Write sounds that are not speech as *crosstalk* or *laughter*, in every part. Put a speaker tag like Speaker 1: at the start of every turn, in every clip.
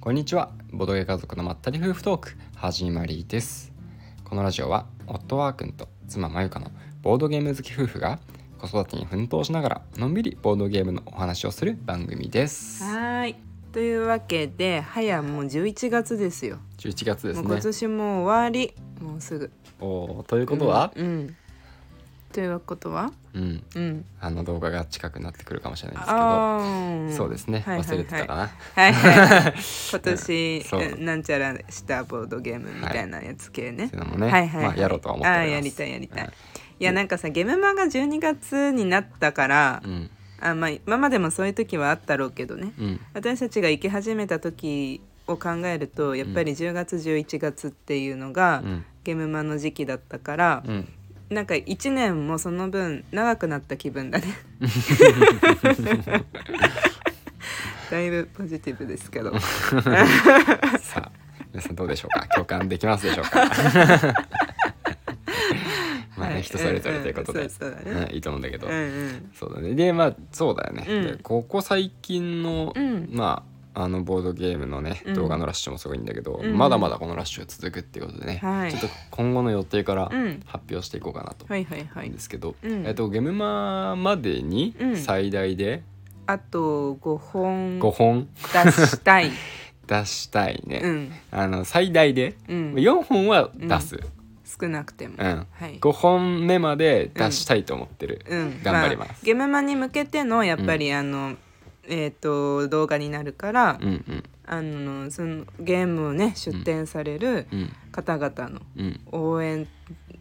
Speaker 1: こんにちはボドゲ家族のまったり夫婦トーク始まりですこのラジオは夫ワー君と妻まゆかのボードゲーム好き夫婦が子育てに奮闘しながらのんびりボードゲームのお話をする番組です
Speaker 2: はーい。というわけで、早もう11月ですよ。
Speaker 1: 11月で
Speaker 2: も
Speaker 1: す
Speaker 2: う今
Speaker 1: ね
Speaker 2: 年も終わり、もうすぐ。
Speaker 1: おーということは
Speaker 2: うん。うんということは、
Speaker 1: うん、
Speaker 2: うん。
Speaker 1: あの動画が近くなってくるかもしれないですけど
Speaker 2: ああ、
Speaker 1: そうですね、
Speaker 2: はいはいはい、
Speaker 1: 忘れてたかな
Speaker 2: は
Speaker 1: *laughs*
Speaker 2: いはい。今年、
Speaker 1: そう
Speaker 2: うんなんちゃらしたボードゲームみたいなやつ系ね
Speaker 1: って。いうのもね、
Speaker 2: はいはい、
Speaker 1: まあ、やろうとは思っており
Speaker 2: あ
Speaker 1: ま
Speaker 2: あ
Speaker 1: す
Speaker 2: ーやりたいやりたい、、
Speaker 1: はい
Speaker 2: やなんかさゲームマが12月になったから、
Speaker 1: うん
Speaker 2: あまあ今までもそういう時はあったろうけどね、
Speaker 1: うん
Speaker 2: 私たちが行き始めた時を考えるとやっぱり10月11月っていうのが、
Speaker 1: うん
Speaker 2: ゲームマの時期だったから
Speaker 1: う、ん
Speaker 2: なんか1年もその分長くなった気分
Speaker 1: *laughs*
Speaker 2: だね。だいぶポジティブですけど
Speaker 1: さあ皆さんどうでしょうか
Speaker 2: *laughs*
Speaker 1: 共感できますでしょうか *laughs* まあ
Speaker 2: は
Speaker 1: ね
Speaker 2: い
Speaker 1: 人それぞれということで、
Speaker 2: うんそうそうだね
Speaker 1: うんいいと思うんだけど、
Speaker 2: うんうん
Speaker 1: そうだねでまあそうだよね、
Speaker 2: うん
Speaker 1: でここ最近の、
Speaker 2: うん
Speaker 1: まああのボードゲームのね
Speaker 2: うん
Speaker 1: 動画のラッシュもすごいんだけど、
Speaker 2: うん
Speaker 1: まだまだこのラッシュ続くっていうことでね、
Speaker 2: はい
Speaker 1: ちょっと今後の予定から
Speaker 2: うん
Speaker 1: 発表していこうかなと思
Speaker 2: はいはいは
Speaker 1: うん
Speaker 2: い
Speaker 1: ですけど、
Speaker 2: うん
Speaker 1: えっとゲムマまでに
Speaker 2: うん
Speaker 1: 最大で
Speaker 2: あと5本
Speaker 1: 5本
Speaker 2: 出したい
Speaker 1: 出したいね、
Speaker 2: うん
Speaker 1: あの最大で
Speaker 2: うん
Speaker 1: 4本は出す、
Speaker 2: 少なくても、
Speaker 1: うん
Speaker 2: はい
Speaker 1: 5本目まで出したいと思ってる、
Speaker 2: うん、
Speaker 1: 頑張ります
Speaker 2: あ、ゲームマに向けてのやっぱり、あのえっ、と動画になるから、
Speaker 1: うん、うん
Speaker 2: あのそのゲームをね出展される
Speaker 1: うん
Speaker 2: 方々の
Speaker 1: うん
Speaker 2: 応援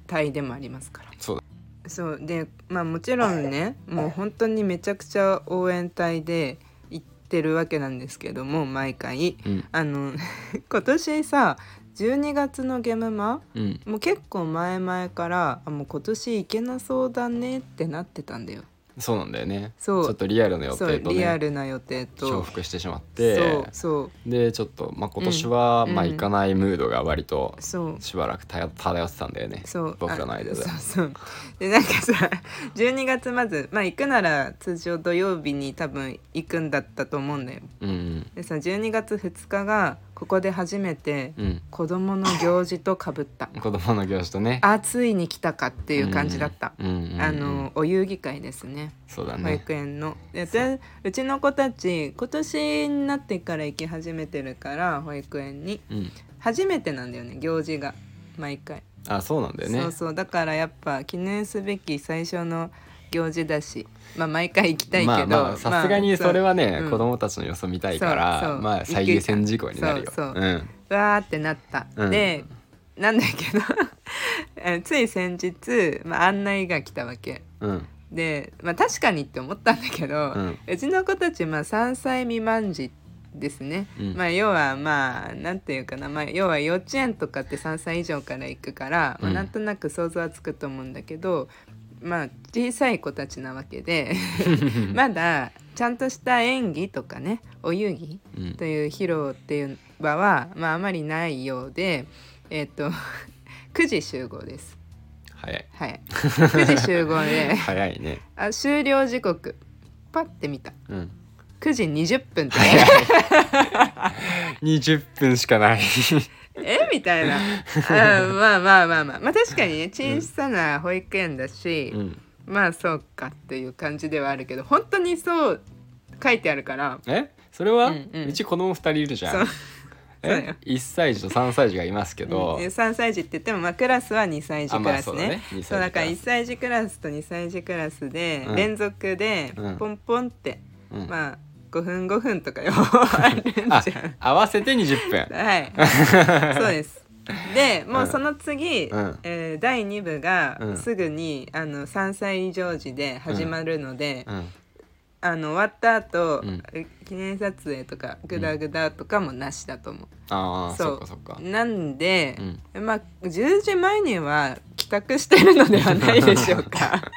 Speaker 2: 隊でもありますから
Speaker 1: そうだ
Speaker 2: そうでまあもちろんねもう本当にめちゃくちゃ応援隊で行ってるわけなんですけども毎回
Speaker 1: うん
Speaker 2: あの *laughs* 今年さ12月のゲームマ
Speaker 1: うん
Speaker 2: もう結構前々からあもう今年行けなそうだねってなってたんだよ。
Speaker 1: そうなんだよね
Speaker 2: そう
Speaker 1: ちょっとリアルな予
Speaker 2: そう
Speaker 1: 定と
Speaker 2: リア
Speaker 1: ね
Speaker 2: ルな予定
Speaker 1: 重
Speaker 2: と
Speaker 1: 複してしまって
Speaker 2: そうそう
Speaker 1: でちょっと、まあ、今年は、
Speaker 2: うん
Speaker 1: まあ、
Speaker 2: うん
Speaker 1: 行かないムードが割と
Speaker 2: そう
Speaker 1: しばらく漂漂ってたんだよね
Speaker 2: そう
Speaker 1: 僕らの間で
Speaker 2: あそうそうでなんかさ12月まずまあ行くなら通常土曜日に多分行くんだったと思うんだよ
Speaker 1: うん
Speaker 2: でさ12月2日がここで初めて
Speaker 1: うん
Speaker 2: 子供の行事とかぶった
Speaker 1: うん子供の行事とねっ
Speaker 2: あついに来たかって
Speaker 1: て
Speaker 2: いう感じだった、
Speaker 1: うんうんうんうん
Speaker 2: あのお遊戯会ですね
Speaker 1: そうだ
Speaker 2: 保
Speaker 1: ね
Speaker 2: 育園の、で私うちの子たち今年になってから行き始めてるから保育園に
Speaker 1: うん
Speaker 2: 初めてなんだよね行事が毎回
Speaker 1: あそうなんだよね
Speaker 2: そうそうだからやっぱ記念すべき最初の行事だしまあ毎回行きたいけど
Speaker 1: まあまあさすがにそれはね、
Speaker 2: うん
Speaker 1: 子供たちの様子見たいから
Speaker 2: そうそう
Speaker 1: まあ最優先事項になるよ
Speaker 2: そうそう
Speaker 1: うん
Speaker 2: わーってなった、
Speaker 1: うん
Speaker 2: でなんだけど *laughs* えつい先日、まあ、案内が来たわけ
Speaker 1: うん
Speaker 2: で、まあ、確かにって思ったんだけど、
Speaker 1: う
Speaker 2: うんちの子たち、まあ、3歳未満児ですね、
Speaker 1: うん
Speaker 2: まあ、要はまあなんていうかな、まあ、要は幼稚園とかって3歳以上から行くから、ま
Speaker 1: うん
Speaker 2: あ、なんとなく想像はつくと思うんだけど、まあ、小さい子たちなわけ
Speaker 1: *laughs*
Speaker 2: でまだちゃんとした演技とかねお遊戯
Speaker 1: うん
Speaker 2: という披露っていう場は、まあ、あまりないようで、えっと *laughs* 9時集合です。
Speaker 1: 早い
Speaker 2: はい、9時集合で
Speaker 1: 早いね
Speaker 2: あ終了時刻パッて見た
Speaker 1: うん
Speaker 2: 9時20分って
Speaker 1: 20分しかない
Speaker 2: *laughs* えみたいなあまあまあまあまあまあ確かにね小さな保育園だし、
Speaker 1: うん
Speaker 2: まあそうかっていう感じではあるけど本当にそう書いてあるから
Speaker 1: *laughs* えそれは、う
Speaker 2: うんうん
Speaker 1: ち子供二人いるじゃ
Speaker 2: そうんそうだ
Speaker 1: え
Speaker 2: よ
Speaker 1: 1歳児と3歳児がいますけど、
Speaker 2: 3歳児って言っても、まあ、クラスは2歳児
Speaker 1: あ
Speaker 2: ク
Speaker 1: まあ
Speaker 2: ラス
Speaker 1: そうだ
Speaker 2: ね
Speaker 1: ね。2
Speaker 2: そうだ
Speaker 1: 歳児
Speaker 2: から
Speaker 1: ら
Speaker 2: 1歳児クラスと2歳児クラスで
Speaker 1: うん
Speaker 2: 連続で
Speaker 1: うん
Speaker 2: ポンポンって、
Speaker 1: うん
Speaker 2: まあ5分5分
Speaker 1: *laughs*
Speaker 2: とかよあるんじゃん
Speaker 1: あ。合わせて20分 *laughs*
Speaker 2: はい、そうです。でもうその次、
Speaker 1: うん
Speaker 2: えー第2部が
Speaker 1: うん
Speaker 2: すぐに、あの3歳以上児で始まるので、
Speaker 1: うん
Speaker 2: あの終わった後、
Speaker 1: うん
Speaker 2: 記念撮影とかグダグダとかもなしだと思
Speaker 1: ああ
Speaker 2: そ
Speaker 1: そ
Speaker 2: う
Speaker 1: っかそっか
Speaker 2: う。なんで、
Speaker 1: うん
Speaker 2: まあ10時前には帰宅してるのではないでしょうか。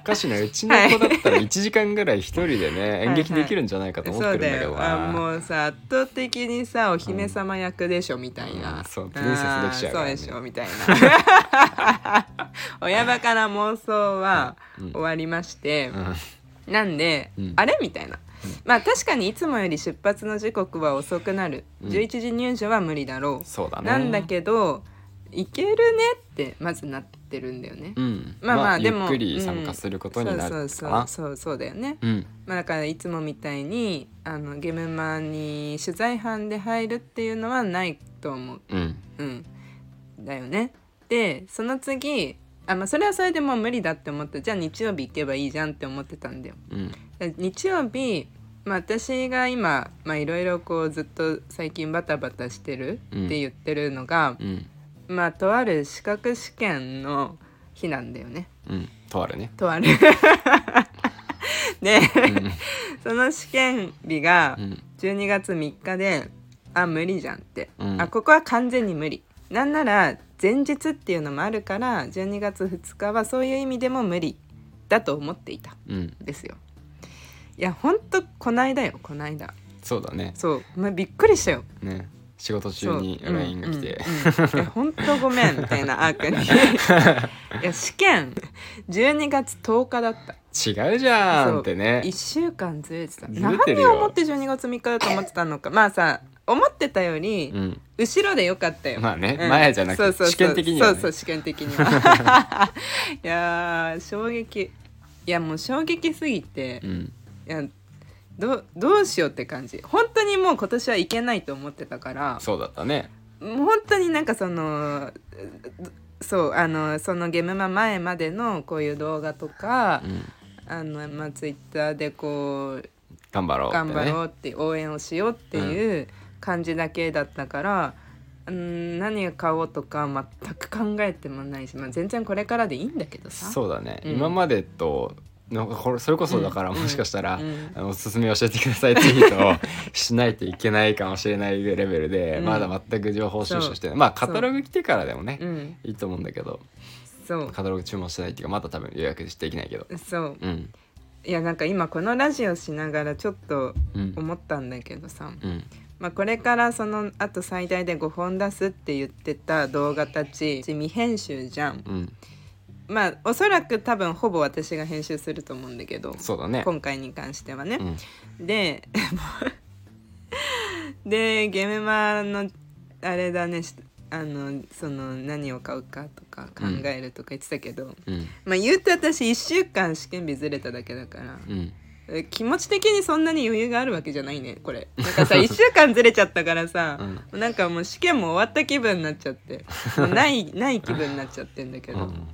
Speaker 1: おかしいなうちの子だったら1時間ぐらい一人でね演劇できるんじゃないかと
Speaker 2: そ
Speaker 1: 思ってる
Speaker 2: うん
Speaker 1: だ
Speaker 2: だ
Speaker 1: けど
Speaker 2: よ
Speaker 1: な
Speaker 2: あもうさ圧倒的にさお姫様役でしょ、みたいな、
Speaker 1: うんそうプリンセスできちゃうからね
Speaker 2: あーそうでしょみたい
Speaker 1: *laughs*
Speaker 2: な親バカな妄想は
Speaker 1: うん
Speaker 2: 終わりまして、
Speaker 1: うん
Speaker 2: なんで、
Speaker 1: うん
Speaker 2: あれみたいな。まあ確かにいつもより出発の時刻は遅くなる、
Speaker 1: うん
Speaker 2: 11時入場は無理だろう、
Speaker 1: そうだね
Speaker 2: なんだけど行けるねってまずなってるんだよね、
Speaker 1: うん、
Speaker 2: まあまあでも
Speaker 1: ゆっくり参加することになるかな、
Speaker 2: そうそうそうそうそうだよね、
Speaker 1: うん
Speaker 2: まあ、だからいつもみたいにあのゲームマンに取材班で入るっていうのはないと思う、
Speaker 1: うん
Speaker 2: うん、だよね。でその次あ、まあ、それはそれでもう無理だって思ってじゃあ日曜日行けばいいじゃんって思ってたんだよ。
Speaker 1: うん
Speaker 2: で日曜日、まあ、私が今まあいろいろこうずっと最近バタバタしてるって言ってるのが、
Speaker 1: うん
Speaker 2: まあとある資格試験の日なんだよね。
Speaker 1: うんとあるね
Speaker 2: とあるで、その試験日が
Speaker 1: うん
Speaker 2: 12月3日であ無理じゃんって、
Speaker 1: うん
Speaker 2: あここは完全に無理なんなら前日っていうのもあるから12月2日はそういう意味でも無理だと思っていた
Speaker 1: うん
Speaker 2: んですよいやほんとこないだよこないだ
Speaker 1: そうだね
Speaker 2: そう、まあ、びっくりしたよ
Speaker 1: ね仕事
Speaker 2: そ
Speaker 1: 中
Speaker 2: う
Speaker 1: に LINE が来て、
Speaker 2: うんうんうんいや本当ごめんみたいなあーくんにい
Speaker 1: *laughs*
Speaker 2: や試験12月10日だった
Speaker 1: 違うじゃ
Speaker 2: そ
Speaker 1: ん
Speaker 2: う
Speaker 1: ってね
Speaker 2: 1週間ずれてた
Speaker 1: ずれてる
Speaker 2: 何
Speaker 1: よ
Speaker 2: を思って12月3日だと思ってた
Speaker 1: *laughs*
Speaker 2: のかまあさ思ってたより
Speaker 1: うん
Speaker 2: 後ろでよかったよ
Speaker 1: まあね
Speaker 2: うん
Speaker 1: 前じゃなくて
Speaker 2: そうそうそう
Speaker 1: 試験的にはね
Speaker 2: そうそう試験的
Speaker 1: *laughs*
Speaker 2: にはいやー衝撃いやもう衝撃すぎて、
Speaker 1: う
Speaker 2: い
Speaker 1: ん
Speaker 2: やどうどうしようって感じ本当にもう今年はいけないと思ってたから
Speaker 1: そうだったね
Speaker 2: もう本当になんかそのそうあのそのゲームマ前までのこういう動画とか
Speaker 1: う、ん
Speaker 2: あのまあツイッターでこう
Speaker 1: 頑張ろうって
Speaker 2: 頑
Speaker 1: ね
Speaker 2: 張ろうって応援をしようっていう感じだけだったから、うん、何を買おうとか全く考えてもないし、まあ、全然これからでいいんだけどさ。
Speaker 1: そうだね、
Speaker 2: うん
Speaker 1: 今までとなんかこれそれこそだから、
Speaker 2: うん
Speaker 1: もしかしたら、
Speaker 2: うん
Speaker 1: あのおすすめ教えてくださいっていう人をしないといけないかもしれないレベルで、
Speaker 2: うん
Speaker 1: まだ全く情報収集してないまあカタログ来てからでもね、
Speaker 2: うん、
Speaker 1: いいと思うんだけど
Speaker 2: そう
Speaker 1: カタログ注文してないっていうかまだ多分予約できないけど
Speaker 2: そう
Speaker 1: うん
Speaker 2: いやなんか今このラジオしながらちょっと
Speaker 1: うん
Speaker 2: 思ったんだけどさ、
Speaker 1: うん
Speaker 2: まあ、これからそのあと最大で5本出すって言ってた動画たち未編集じゃん
Speaker 1: うん
Speaker 2: まあおそらく多分ほぼ私が編集すると思うんだけど
Speaker 1: そうだね
Speaker 2: 今回に関してはね、
Speaker 1: うん
Speaker 2: で *laughs* でゲメマのあれだねしあのその何を買うかとか考えるとか言ってたけど、
Speaker 1: うん
Speaker 2: まあ言うて私1週間試験日ずれただけだから
Speaker 1: うん
Speaker 2: え気持ち的にそんなに余裕があるわけじゃないねこれな
Speaker 1: *laughs*
Speaker 2: んかさ1週間ずれちゃったからさ、なんかもう試験も終わった気分になっちゃってもうな
Speaker 1: *laughs*
Speaker 2: いない気分になっちゃってんだけ
Speaker 1: う
Speaker 2: ど、
Speaker 1: ん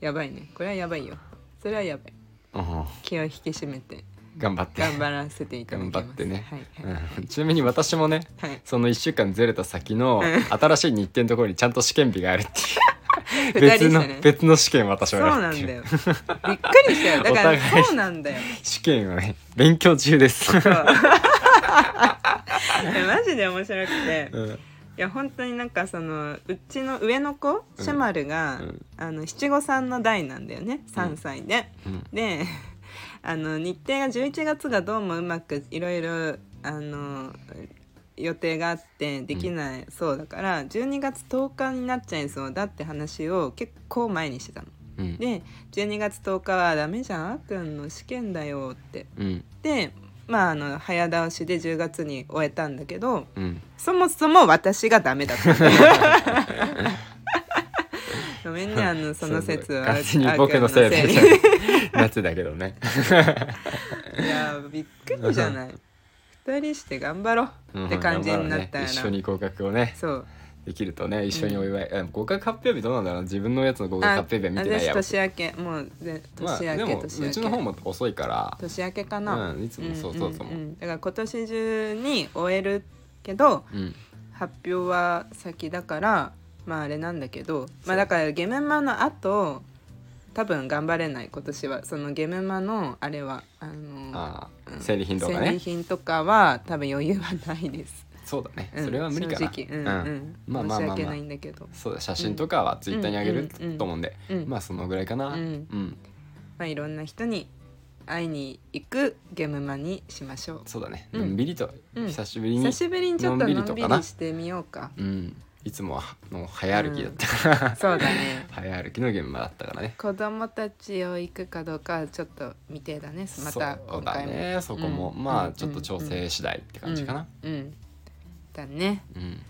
Speaker 2: やばいねこれはやばいよそれはやばい
Speaker 1: うん
Speaker 2: 気を引き締めて
Speaker 1: 頑張って
Speaker 2: 頑張らせていただきます
Speaker 1: 頑張ってね
Speaker 2: はいはい、
Speaker 1: うんちなみに私もね
Speaker 2: はい
Speaker 1: その1週間ずれた先の
Speaker 2: うん
Speaker 1: 新しい日程のところにちゃんと試験日があるっていう
Speaker 2: *laughs* 二
Speaker 1: 別
Speaker 2: 人し
Speaker 1: の、
Speaker 2: てね
Speaker 1: 別の試験私
Speaker 2: そう
Speaker 1: は
Speaker 2: な
Speaker 1: やっ
Speaker 2: ん
Speaker 1: て
Speaker 2: だ
Speaker 1: る
Speaker 2: よびっ *laughs* くりしたよだか
Speaker 1: お
Speaker 2: ら
Speaker 1: 互い
Speaker 2: そうなんだよ
Speaker 1: 試験はね勉強中です、
Speaker 2: そういやマジで面白くて
Speaker 1: うん
Speaker 2: いや本当になんかそのうちの上の子シェマルが、
Speaker 1: うん
Speaker 2: あの七五三の代なんだよね3歳で、
Speaker 1: うん
Speaker 2: で *laughs* あの日程が11月がどうもうまくいろいろあの予定があってできないそうだから、12月10日になっちゃいそうだって話を結構前にしてたの。
Speaker 1: うん
Speaker 2: で12月10日は「ダメじゃんあっくんの試験だよ」って
Speaker 1: うん
Speaker 2: でまああの早倒しで10月に終えたんだけど
Speaker 1: うん
Speaker 2: そもそも私がダメだった
Speaker 1: *laughs*
Speaker 2: ごめんねあのその説は
Speaker 1: 完全に僕のせい
Speaker 2: あっ
Speaker 1: で
Speaker 2: くんのせい
Speaker 1: *laughs* 夏だけどね
Speaker 2: いやーびっくりじゃない二人して頑張ろうって感じになった
Speaker 1: うん頑張ろうね
Speaker 2: ら、
Speaker 1: 一緒に合格をね
Speaker 2: そう
Speaker 1: できるとね一緒にお祝い、あ合格発表日どうなんだろう自分のやつの合格
Speaker 2: あ
Speaker 1: 発表日は見てない
Speaker 2: 私
Speaker 1: や
Speaker 2: 年明けもうで
Speaker 1: まあ
Speaker 2: 年明け、
Speaker 1: でもう
Speaker 2: 年明け
Speaker 1: ちの方も遅いから
Speaker 2: 年明けかな、
Speaker 1: うんいつもそうそうそう
Speaker 2: うんうんうんだから今年中に終えるけど
Speaker 1: うん
Speaker 2: 発表は先だからまああれなんだけど
Speaker 1: そ
Speaker 2: ま
Speaker 1: う
Speaker 2: あだからゲメマの後多分頑張れない今年はそのゲメマのあれはあの
Speaker 1: あ
Speaker 2: う
Speaker 1: あ
Speaker 2: ん
Speaker 1: 生理頻度が
Speaker 2: 戦利
Speaker 1: ね
Speaker 2: 品とかは多分余裕はないです
Speaker 1: そうだね、
Speaker 2: うん
Speaker 1: それは無理かな
Speaker 2: 正直、うんうん
Speaker 1: まあまあ
Speaker 2: 申
Speaker 1: ま
Speaker 2: し
Speaker 1: あ
Speaker 2: 訳
Speaker 1: まあ
Speaker 2: ないんだけど、
Speaker 1: そうだ写真とかはツイッターにあげる
Speaker 2: うん
Speaker 1: と思うんで、
Speaker 2: うん
Speaker 1: ま
Speaker 2: ま
Speaker 1: あそのぐらいかな
Speaker 2: うん
Speaker 1: うん
Speaker 2: あいろんな人に会いに行くゲームマにしましょう
Speaker 1: そうだね、
Speaker 2: うん
Speaker 1: のんびりと
Speaker 2: うん
Speaker 1: 久しぶりに、
Speaker 2: 久しぶりにちょっとのんび
Speaker 1: のんびりとかな
Speaker 2: りしてみようか
Speaker 1: うんいつもはの早歩きだったから、
Speaker 2: そうだね
Speaker 1: *laughs* 早歩きの現場だったからね
Speaker 2: 子供たちを行くかどうかはちょっと未定だねまた
Speaker 1: そ
Speaker 2: 今
Speaker 1: うだ
Speaker 2: 回も
Speaker 1: ねそこも、
Speaker 2: うん
Speaker 1: ま
Speaker 2: う
Speaker 1: あ
Speaker 2: ん
Speaker 1: ちょっと調整次第って感じかな
Speaker 2: うん、うんだね
Speaker 1: うん、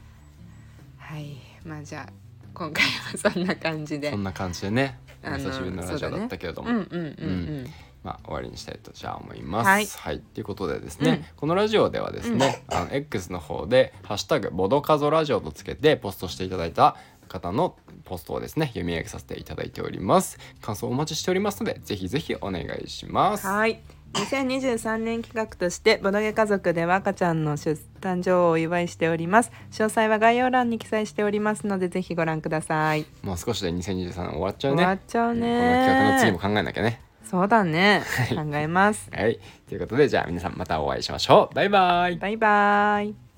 Speaker 2: はいまあじゃあ今回はそんな感じで
Speaker 1: そんな感じでね
Speaker 2: あの
Speaker 1: 久しぶりのラジオだったけれども、
Speaker 2: うんうんうん
Speaker 1: まあ、終わりにしたいとじゃあ思います。は、
Speaker 2: はいい
Speaker 1: ということでですね、このラジオではですね、あの X の方で「ハッシュタグボドカゾラジオ」とつけてポストしていただいた方のポストをですね読み上げさせていただいております。感想お待ちしておりますのでぜひぜひお願いしま
Speaker 2: う
Speaker 1: す。
Speaker 2: んはい2023年企画としてボドゲ家族では赤ちゃんの出誕生をお祝いしております詳細は概要欄に記載しておりますのでぜひご覧ください
Speaker 1: もう少しで2023終わっちゃう
Speaker 2: 終
Speaker 1: ね。
Speaker 2: わっちゃう
Speaker 1: うんこ
Speaker 2: ね
Speaker 1: の企画の次も考えなきゃね。
Speaker 2: そうだね
Speaker 1: い
Speaker 2: 考えます
Speaker 1: はい、ということでじゃあ皆さんまたお会いしましょう。バイバイ。
Speaker 2: バイバイ